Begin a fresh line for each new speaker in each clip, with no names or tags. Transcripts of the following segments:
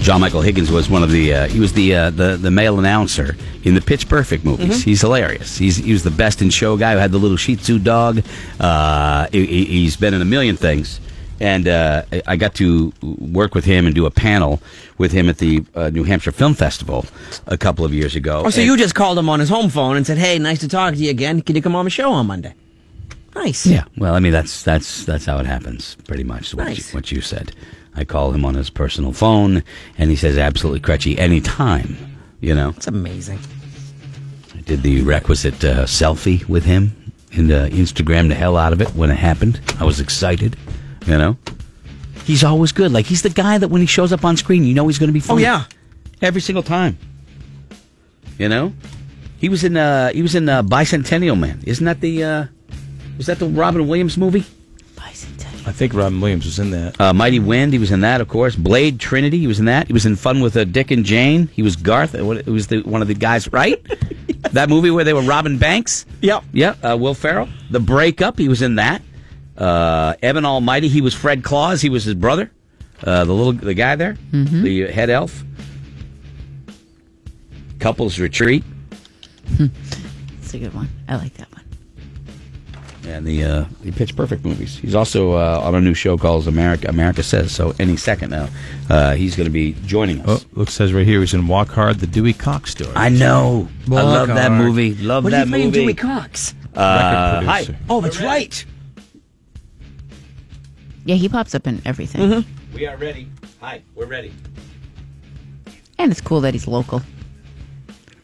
John Michael Higgins was one of the uh, he was the, uh, the the male announcer in the Pitch Perfect movies.
Mm-hmm.
He's hilarious. He's he was the best in show guy who had the little Shih Tzu dog. Uh, he, he's been in a million things, and uh, I- I got to work with him and do a panel with him at the uh, New Hampshire Film Festival a couple of years ago.
Oh, so
And-
you just called him on his home phone and said, "Hey, nice to talk to you again. Can you come on the show on Monday?" Nice.
Yeah. Well, I mean that's that's that's how it happens, pretty much. What,
Nice.
you, what you said. I call him on his personal phone, and he says absolutely Crutchy anytime. You know,
It's amazing.
I did the requisite uh, selfie with him and uh, Instagram the hell out of it when it happened. I was excited. You know, he's always good. Like he's the guy that when he shows up on screen, you know he's going to be funny.
Oh, yeah.
Oh, every single time. You know, he was in uh he was in uh, Bicentennial Man. Isn't that the uh, was that the Robin Williams movie?
I think Robin Williams was in that.
Uh, Mighty Wind, he was in that, of course. Blade Trinity, he was in that. He was in Fun with uh, Dick and Jane. He was Garth. uh, what- He was the, one of the guys, right? That movie where they were robbing banks.
Yep.
Yeah, uh, Will Ferrell. The Breakup, he was in that. Uh, Evan Almighty, he was Fred Claus. He was his brother, uh, the little the guy there, the uh, head elf. Couples Retreat
It's a good one. I like that one.
and the uh, the Pitch Perfect movies. He's also uh, on a new show called America America Says. So any second now, uh, he's going to be joining us.
Oh, looks says right here he's in Walk Hard, the Dewey Cox story.
I know. I love that
Walker.
movie. Love
What are
that
you playing,
movie.
Dewey Cox?
Uh, hi.
Record producer.
Oh, that's right.
Yeah, he pops up in everything.
We are ready. Hi, we're ready.
And it's cool that he's local.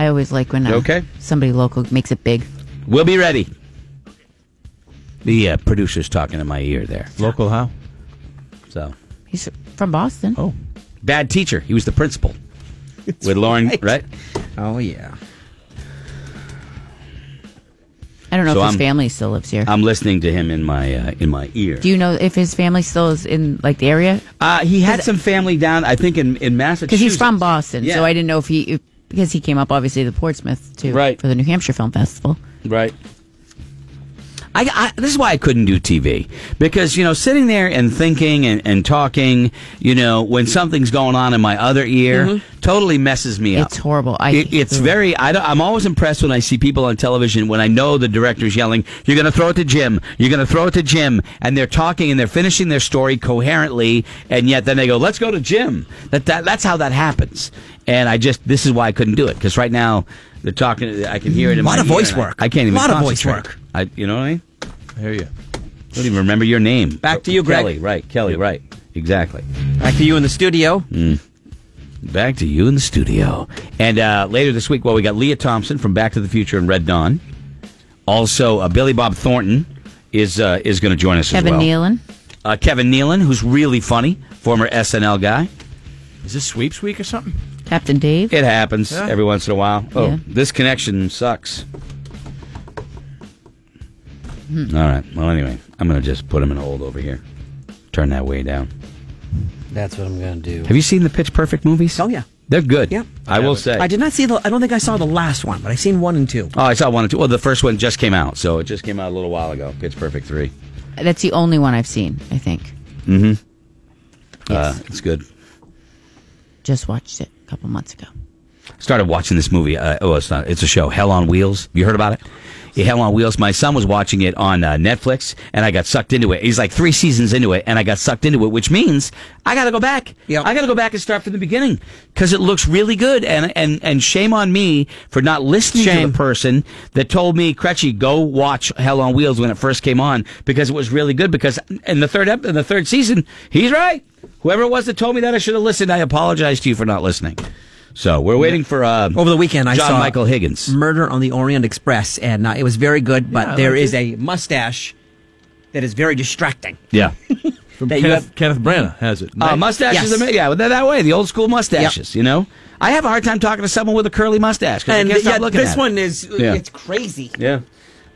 I always like when uh,
You okay?
somebody local makes it big.
We'll be ready. The uh, producer's talking in my ear there.
Local how?
So
He's from Boston.
Oh,
bad teacher. He was the principal with Lauren, right?
Oh yeah.
I don't know
So
if his
I'm-
family still lives here.
I'm listening to him in my uh, in my ear.
Do you know if his family still is in like the area?
Uh, he had some family down, I think, in in Massachusetts.
Because he's from Boston,
Yeah.
so I didn't know if he if- because he came up obviously to Portsmouth too
Right.
for the New Hampshire Film Festival.
Right. I, I, this is why I couldn't do TV because you know sitting there and thinking and, and talking, you know, when something's going on in my other ear, totally messes me up.
It's horrible. I
It-
hate
it's
it.
very. I don't, I'm always impressed when I see people on television when I know the director's yelling, "You're going to throw it to Jim. You're going to throw it to Jim," and they're talking and they're finishing their story coherently, and yet then they go, "Let's go to Jim." That, that that's how that happens. And I just this is why I couldn't do it because right now they're talking. I can hear it in
Lot
my
of
ear,
voice
and I-
work.
I, can't even.
Lot of voice
concentrate.
work.
I you know what I mean.
I hear you.
I don't even remember your name.
Back to you, Greg.
Kelly, right. Kelly, right. Exactly.
Back to you in the studio.
Back to you in the studio. And uh, later this week, well, we got Leah Thompson from Back to the Future and Red Dawn. Also, uh, Billy Bob Thornton is uh, is going to join us
Kevin
as well.
Nealon.
Uh, Kevin Nealon, who's really funny, former SNL guy.
Is this sweeps week or something?
Captain Dave.
It happens
Yeah.
every once in a while. Oh,
Yeah.
this connection sucks. All right. Well, anyway, I'm going to just put him in hold over here. Turn that way down.
That's what I'm gonna do.
Have you seen the Pitch Perfect movies?
Oh, yeah.
They're good.
Yeah.
I will say.
I did not see the. I don't think I saw the last one, but I seen one and two.
Oh, I saw one or two. Well, the first one just came out, so it just came out a little while ago. Pitch Perfect 3.
That's the only one I've seen. I think.
Mm-hmm. Uh, it's good.
Just watched it a couple months ago.
Started watching this movie. Uh, oh, it's not. It's a show. Hell on Wheels. You heard about it? Yeah, Hell on Wheels. My son was watching it on uh, Netflix, and I got sucked into it. He's like three seasons into it, and I got sucked into it, which means I got to go back.
Yep.
I got to go back and start from the beginning because it looks really good. And and and shame on me for not listening to
Shame.
the person that told me, Crutchy, go watch Hell on Wheels when it first came on because it was really good. Because in the third ep- in the third season, he's right. Whoever it was that told me that I should have listened, I apologize to you for not listening. So we're waiting for uh,
Over the weekend, I
John
saw
Michael Higgins.
Murder on the Orient Express, and uh, it was very good. But
Yeah, I
there
like
is a mustache that is very distracting.
Yeah,
From
That
Kenneth,
you
Kenneth Branagh has it.
uh, mustaches.
Yes.
Are made, yeah, they're that way. The old school mustaches. You know, I have a hard time talking to someone with a curly mustache because I
And
can't stop
yeah,
looking
this
at it.
one is
Yeah.
it's crazy.
Yeah.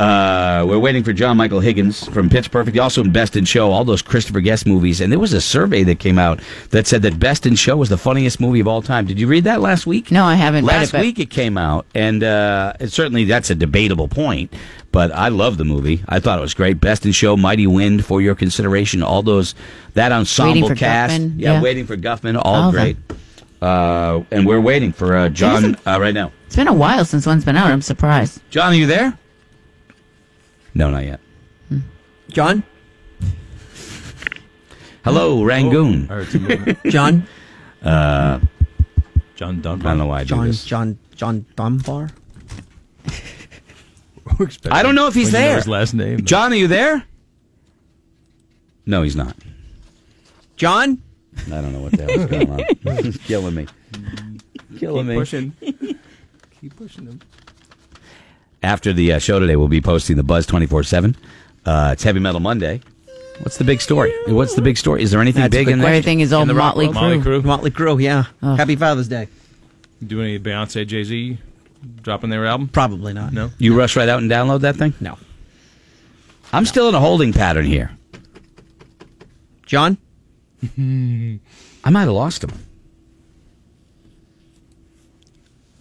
Uh, we're waiting for John Michael Higgins from Pitch Perfect, also in Best in Show, all those Christopher Guest movies. And there was a survey that came out that said that Best in Show was the funniest movie of all time. Did you read that last week?
No, I haven't read
Last
it, but-
week it came out, and uh, it certainly that's a debatable point. But I love the movie. I thought it was great. Best in Show, Mighty Wind, for your consideration. All those that ensemble
for
cast.
Guffman,
yeah,
yeah.
waiting for Guffman. All
All of
great.
them.
Uh, and we're waiting for uh, John
isn't-
uh, right now.
It's been a while since one's been out. I'm surprised.
John, are you there? No, not yet.
John? Oh,
Hello, Rangoon.
I heard some movement.
John?
John
I don't know
Dunbar.
why I do
John,
this.
John, John Dunbar?
I don't know if he's
When you know
there.
his last name.
John, are you there? No, he's not.
John?
I don't know what the hell is going on. He's killing me. Killing me.
Keep pushing him.
After the uh, show today, we'll be posting the Buzz 24 uh, 7. It's Heavy Metal Monday. What's the big story? What's the big story? Is there anything
That's a
big
good
in there?
Everything is all
In the rock
motley
world?
Molly
crew.
Crew.
Motley Crue, yeah.
Ugh.
Happy Father's Day.
Do uh, any Beyonce, Jay Z dropping their album?
Probably not.
No.
You rush right out and download that thing?
No.
I'm still in a holding pattern here.
John?
I might have lost him.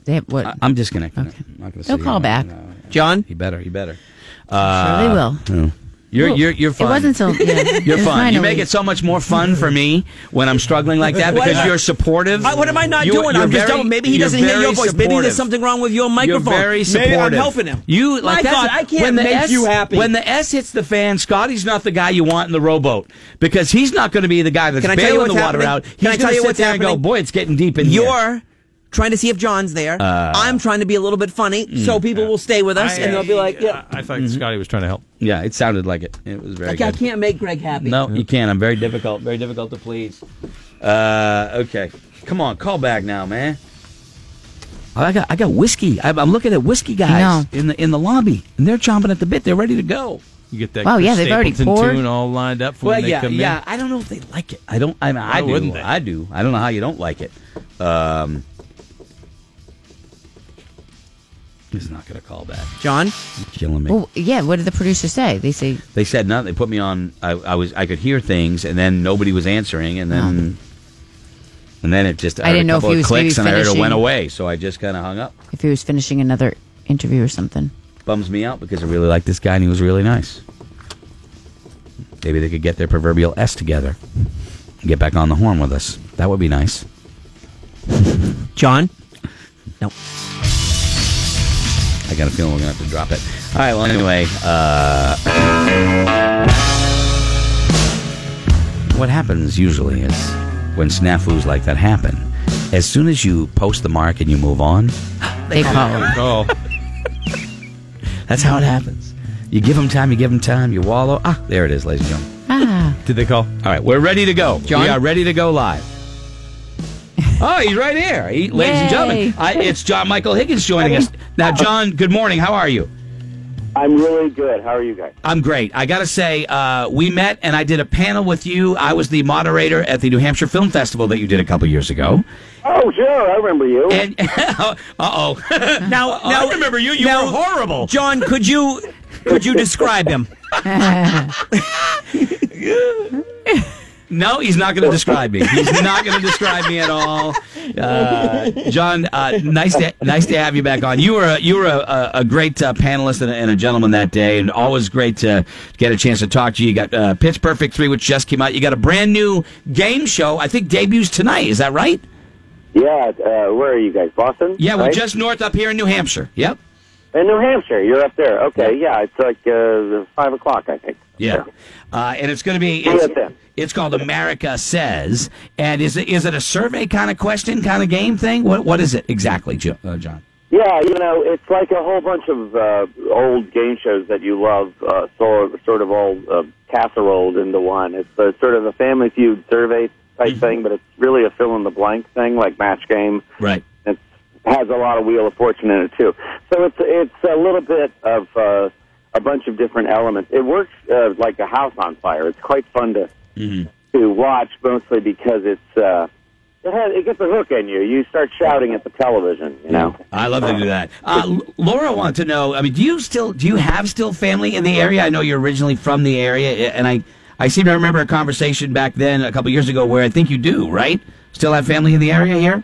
They have, what?
I, I'm disconnecting.
Okay.
I'm not gonna
They'll
see
call
him.
back.
No.
John?
He better. He better.
sure they will.
No. Uh, You're,
Well,
you're, you're fun.
It wasn't so. Yeah,
You're
It was
fun. You
finally-
make it so much more fun for me when I'm struggling like that because
What?
you're supportive.
I- what am I not
You-
doing?
you're
I'm just
very-
don't. Maybe he
you're
doesn't hear
very
your voice. Maybe
supportive.
there's something wrong with your microphone.
You're very supportive.
Maybe I'm helping him.
You
My
like that's-
God, I can't
when the
make
S,
you happy.
When the S hits the fan, Scotty's not the guy you want in the rowboat because he's not going to be the guy that's
Can I tell you
bailing
what's
the water
happening?
out.
Can
He's
I
gonna
tell you
sit
what's
there and go,
happening?
boy, it's getting deep in here.
You're trying to see if John's there. I'm trying to be a little bit funny, so people will stay with us,
I-
and they'll be like, mm, "Yeah,
I, I thought
Mm-hmm.
Scotty was trying to help.
Yeah, it sounded like it. It was very
I, I
good.
can't make Greg happy."
No, you can't. I'm very difficult. Very difficult to please. Uh, okay, come on, call back now, man. Oh, I got I got whiskey. I'm, I'm looking at whiskey guys
know.
in the in the lobby, and they're chomping at the bit. They're ready to go.
You get that.
Wow, yeah,
Chris
they've already
Stapleton
poured.
tune all lined up for
Well,
when they
yeah,
come
yeah.
in.
I don't know if they like it. I don't. I mean, I
Why
do.
wouldn't they?
I do. I don't know how you don't like it. Um, he's not going to call back.
John,
You're killing me.
Well, yeah. What did the producer say? They say
They said nothing. They put me on. I, I was. I could hear things, and then nobody was answering, and then. And then it just. I,
Oh. I
heard
didn't
a
know if
couple
he
of
was maybe
clicks, and I heard it
finishing.
went away. So I just kind of hung up.
if he was finishing another interview or something.
Bums me out because I really liked this guy, and he was really nice. Maybe they could get their proverbial S together, and get back on the horn with us. That would be nice.
John, no,
I got a feeling we're gonna have to drop it. All right. Well, anyway, uh, what happens usually is when snafus like that happen. As soon as you post the mark and you move on,
They call him.
Oh,
that's how it happens. You give them time. You give them time. You wallow. Ah, there it is, ladies and gentlemen.
Ah,
did they call?
All right, we're ready to go.
John?
We are ready to go live. Oh, he's right here, He- ladies and gentlemen.
Yay.
I, it's John Michael Higgins joining us now. John, good morning. How are you?
I'm really good. How are you guys?
I'm great. I got to say, uh, we met and I did a panel with you. I was the moderator at the New Hampshire Film Festival that you did a couple years ago.
Oh, sure, I remember you.
And uh oh, now now I remember you. You
now-
were horrible.
John, could you could you describe him?
No, he's not going to describe me. He's not going to describe me at all. Uh, John, uh, nice to nice to have you back on. You were a, you were a, a, a great uh, panelist and a, and a gentleman that day, and always great to get a chance to talk to you. You got uh, Pitch Perfect three, which just came out. You got a brand new game show. I think debuts tonight. Is that right?
yeah, uh, where are you guys? Boston?
Yeah, we're
right?
just north up here in New Hampshire. Yep.
in New Hampshire. You're up there. Okay, yeah, it's like uh, five o'clock, I think.
Yeah. Uh, and it's going to be
Yeah,
it's,
that's it.
it's called America Says. And is it is it a survey kind of question, kind of game thing? What what is it exactly, Jo- uh, John?
Yeah, you know, it's like a whole bunch of uh, old game shows that you love, uh, sort sort of all uh, casseroled into one. It's uh sort of a Family Feud survey type
Mm-hmm.
thing, but it's really a fill in the blank thing, like Match Game.
Right.
it has a lot of Wheel of Fortune in it too. So it's it's a little bit of uh, a bunch of different elements. It works uh, like a house on fire. It's quite fun to to watch, mostly because it's uh, it has it gets a hook in you. You start shouting at the television, you know.
I love to do that. Uh, L- Laura wants to know. I mean, do you still do you have still family in the area? I know you're originally from the area, a- and I I seem to remember a conversation back then a couple years ago where I think you do. Right? Still have family in the area here?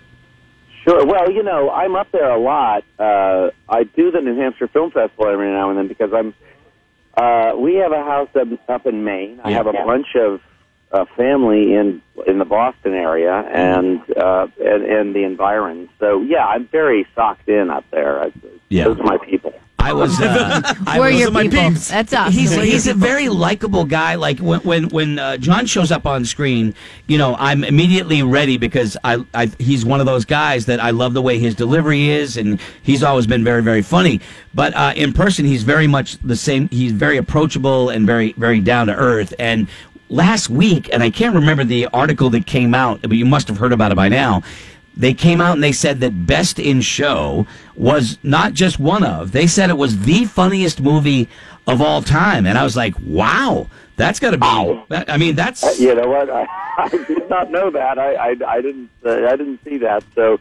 Sure. Well, you know, I'm up there a lot. Uh, I do the New Hampshire Film Festival every now and then because I'm. Uh, we have a house up, up in Maine. I
Yeah.
have a bunch of uh, family in in the Boston area and uh, and, and the environs. So yeah, I'm very socked in up there. I,
Yeah.
those are my people.
I was. Uh, I
We're
was-
your
my
people.
peeps.
That's us.
He's,
We're
he's
your
a very likable guy. Like when when when uh, John shows up on screen, you know, I'm immediately ready because I, I he's one of those guys that I love the way his delivery is, and he's always been very very funny. But uh, in person, he's very much the same. He's very approachable and very very down to earth. And last week, and I can't remember the article that came out, but you must have heard about it by now. They came out and they said that Best in Show was not just one of, they said it was the funniest movie of all time. And I was like, wow, that's got to be, that- I mean, that's,
You know what? I, I did not know that. I I, I didn't uh, I didn't see that. So,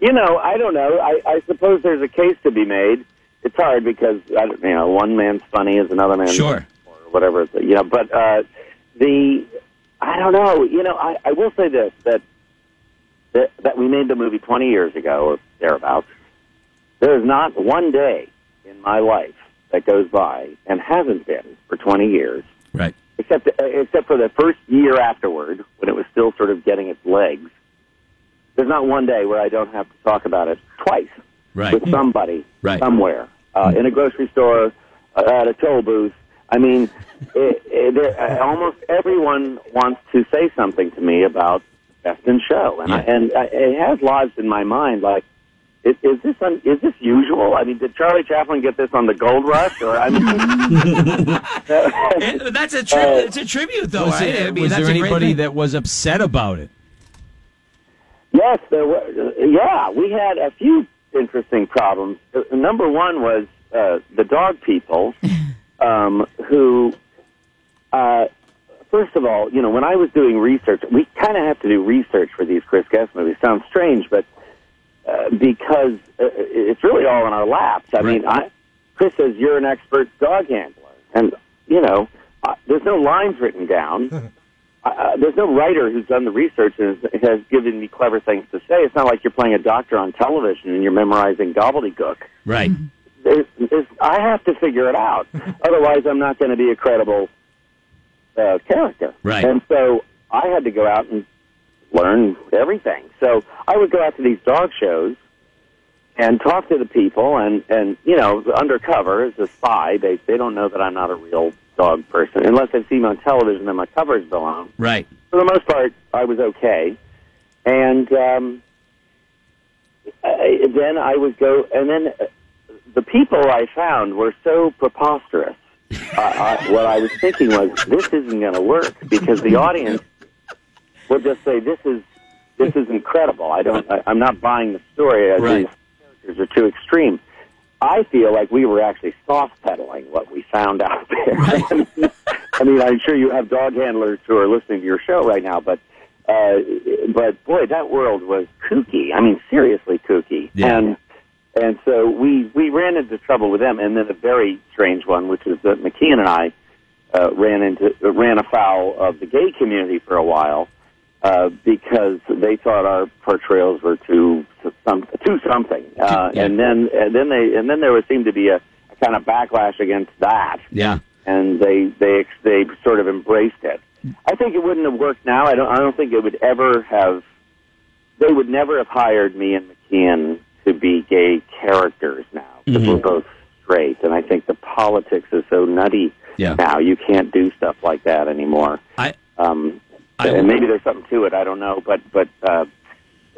you know, I don't know. I, I suppose there's a case to be made. It's hard because I don't, you know one man's funny is another man's
Sure.
or whatever. it's- You know, but uh, the I don't know. You know, I, I will say this that, that that we made the movie 20 years ago or thereabouts. There is not one day in my life that goes by and hasn't been for 20 years
right.
except uh, except for the first year afterward when it was still sort of getting its legs. There's not one day where I don't have to talk about it twice
Right.
with somebody
Right.
somewhere uh, in a grocery store uh, at a toll booth. I mean, it, it, there, uh, almost everyone wants to say something to me about Best in Show, and I,
Yeah.
and I, it has lodged in my mind like. Is, is this un, is this usual? I mean, did Charlie Chaplin get this on the Gold Rush, or I mean,
And that's a, tri- it's a tribute, though.
Was,
right?
it-
Oh, I mean,
was
that's
there
a great
anybody
thing.
that was upset about it?
Yes, there were. Yeah, we had a few interesting problems. Uh, Number one was uh, the dog people, um, who, uh, first of all, you know, when I was doing research, we kind of have to do research for these Chris Guest movies. Sounds strange, but uh, because uh, it's really all in our laps. I mean, I, Chris says you're an expert dog handler, and you know, uh, there's no lines written down. uh, there's no writer who's done the research and has, has given me clever things to say. It's not like you're playing a doctor on television and you're memorizing gobbledygook.
Right.
There's, there's, I have to figure it out. Otherwise, I'm not going to be a credible uh, character.
Right.
And so I had to go out and learn everything. So I would go out to these dog shows and talk to the people and and you know undercover as a spy they they don't know that i'm not a real dog person unless they see me on television and my covers belong
Right.
for the most part, I was okay. And um, I, then I would go, and then uh, the people I found were so preposterous. I, I, what I was thinking was, this isn't going to work because the audience will just say, "This is this is incredible." I don't, I, I'm not buying the story. I
Right.
These characters are too extreme. I feel like we were actually soft pedaling what we found out there. I mean, I'm sure you have dog handlers who are listening to your show right now, but uh, but boy, that world was kooky. I mean, seriously kooky.
Yeah.
And and so we we ran into trouble with them, and then a very strange one, which is that McKeon and I uh, ran into uh, ran afoul of the gay community for a while uh, because they thought our portrayals were too some too something, uh,
Yeah.
and then and then they and then there was, seemed to be a, a kind of backlash against that
Yeah.
and they they ex- they sort of embraced it. I think it wouldn't have worked now. I don't I don't think it would ever have. They would never have hired me and McKeon to be gay characters now because we're
Mm-hmm.
both straight, and I think the politics is so nutty
Yeah.
now. You can't do stuff like that anymore.
I,
Um,
I-
and maybe there's something to it. I don't know, but but uh,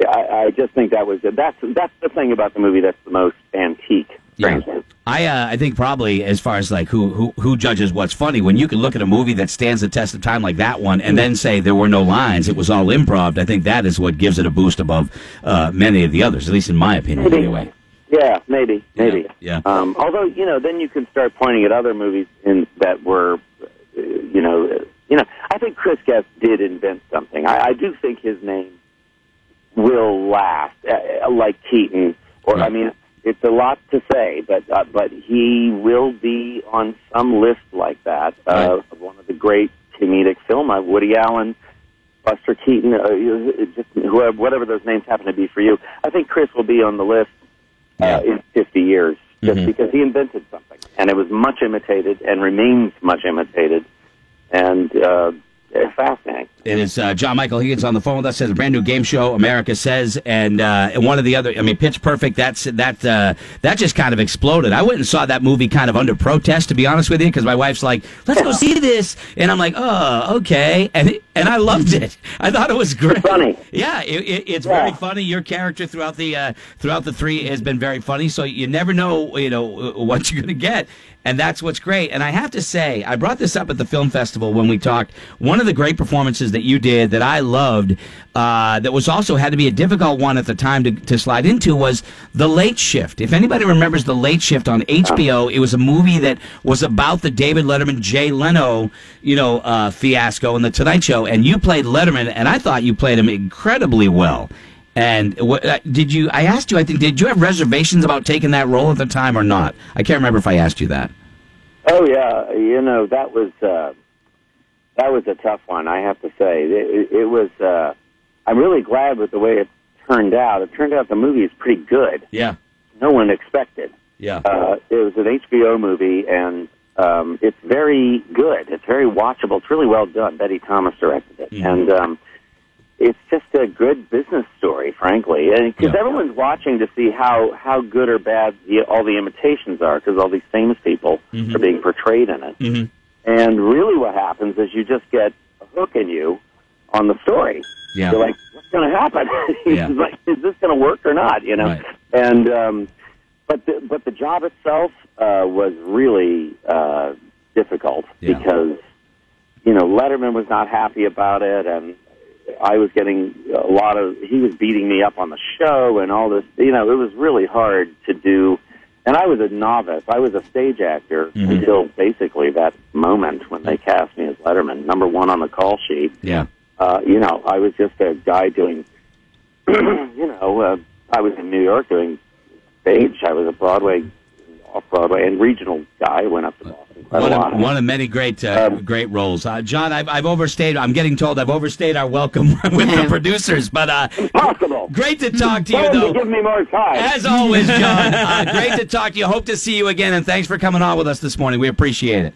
I, I just think that was that's that's the thing about the movie that's the most antique.
Yeah.
frankly.
I uh, I think probably as far as like who, who who judges what's funny when you can look at a movie that stands the test of time like that one and then say there were no lines it was all improv I think that is what gives it a boost above uh, many of the others at least in my opinion
Maybe.
anyway
Yeah, maybe, maybe.
yeah.
Um, although you know, then you can start pointing at other movies in that were, uh, you know, uh, you know. I think Chris Guest did invent something. I, I do think his name will last, uh, like Keaton. Or I mean, it's a lot to say, but uh, but he will be on some list like that uh,
Right.
of one of the great comedic film. Uh, Woody Allen. Buster Keaton, uh, you- it just whoever, whatever those names happen to be for you. I think Chris will be on the list uh, in 50 years just because he invented something, and it was much imitated and remains much imitated, and uh, They're fascinating.
And it's uh, John Michael Higgins on the phone with us. Says a brand new game show, America Says, and uh, and one of the other. I mean, Pitch Perfect. That's that uh, that just kind of exploded. I went and saw that movie kind of under protest, to be honest with you, because my wife's like, "Let's go see this," and I'm like, "Oh, okay," and it- and I loved it. I thought it was great.
Funny.
Yeah, it, it, it's
Yeah.
very funny. Your character throughout the uh, throughout the three has been very funny. So you never know, you know, uh, what you're going to get, and that's what's great. And I have to say, I brought this up at the film festival when we talked. One of the great performances that you did that I loved, uh, that was also had to be a difficult one at the time to, to slide into was the Late Shift. If anybody remembers the Late Shift on HBO, it was a movie that was about the David Letterman, Jay Leno, you know, uh, fiasco in the Tonight Show, and you played Letterman, and I thought you played him incredibly well. And what, uh, did you? I asked you. I think did you have reservations about taking that role at the time or not? I can't remember if I asked you that.
Oh yeah, you know that was uh, that was a tough one. I have to say it, it, it was. Uh, I'm really glad with the way it turned out. It turned out the movie is pretty good.
Yeah,
No one expected.
yeah,
Uh, it was an HBO movie, and um, it's very good. It's very watchable. It's really well done. Betty Thomas directed it,
Mm-hmm.
and um, it's just a good business story, frankly. Because
Yeah.
everyone's watching to see how how good or bad the, all the imitations are, because all these famous people
Mm-hmm.
are being portrayed in it. And really, what happens is you just get a hook in you on the story.
yeah.
You're like, what's going to happen?
Yeah.
It's like, is this going to work or not? You know.
Right.
And um, but the, but the job itself uh, was really uh, difficult
Yeah.
because you know Letterman was not happy about it, and I was getting a lot of he was beating me up on the show and all this. You know, it was really hard to do. And I was a novice. I was a stage actor until basically that moment when they cast me as Letterman, number one on the call sheet
yeah.
uh, you know, I was just a guy doing, you know, uh, I was in New York doing stage. I was a Broadway, off Broadway, and regional guy. I went up to Boston quite
One
a lot.
of, one of many great uh,
Um,
great roles, uh, John. I've, I've overstayed. I'm getting told I've overstayed our welcome with the
Yeah.
producers, but uh,
Possible.
great to talk to
Why
you,
don't
though.
you give me more time?
As always, John, uh, great to talk to you. Hope to see you again, and thanks for coming on with us this morning. We appreciate it.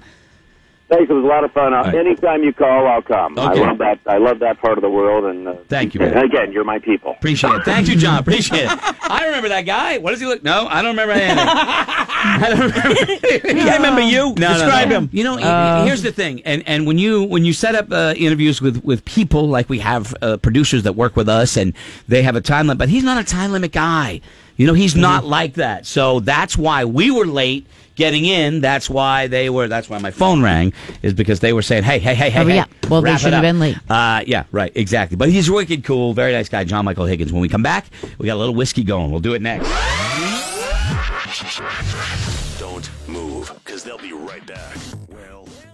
Thanks. It was a lot of fun. Uh,
right.
Anytime you call, I'll come.
Okay.
I love that. I love that part of the world. And uh,
Thank you, man.
And again, you're my people.
Appreciate it. Thank you, John. Appreciate it. I remember that guy. What does he look? No, I don't remember anything. I don't remember.
I remember you.
No, no,
Describe
no.
him.
You know, here's the thing, and and when you when you set up uh, interviews with with people like we have uh, producers that work with us, and they have a time limit, but he's not a time limit guy. You know, he's not like that. So that's why we were late getting in. That's why they were. That's why my phone rang is because they were saying, "Hey, hey, hey, hey,
Hurry
hey,
up. Well, they
wrap it
should have
up."
been late.
Uh, yeah, right, exactly. But he's wicked cool, very nice guy, John Michael Higgins. When we come back, we got a little whiskey going. We'll do it next.
Don't move, because they'll be right back. Well,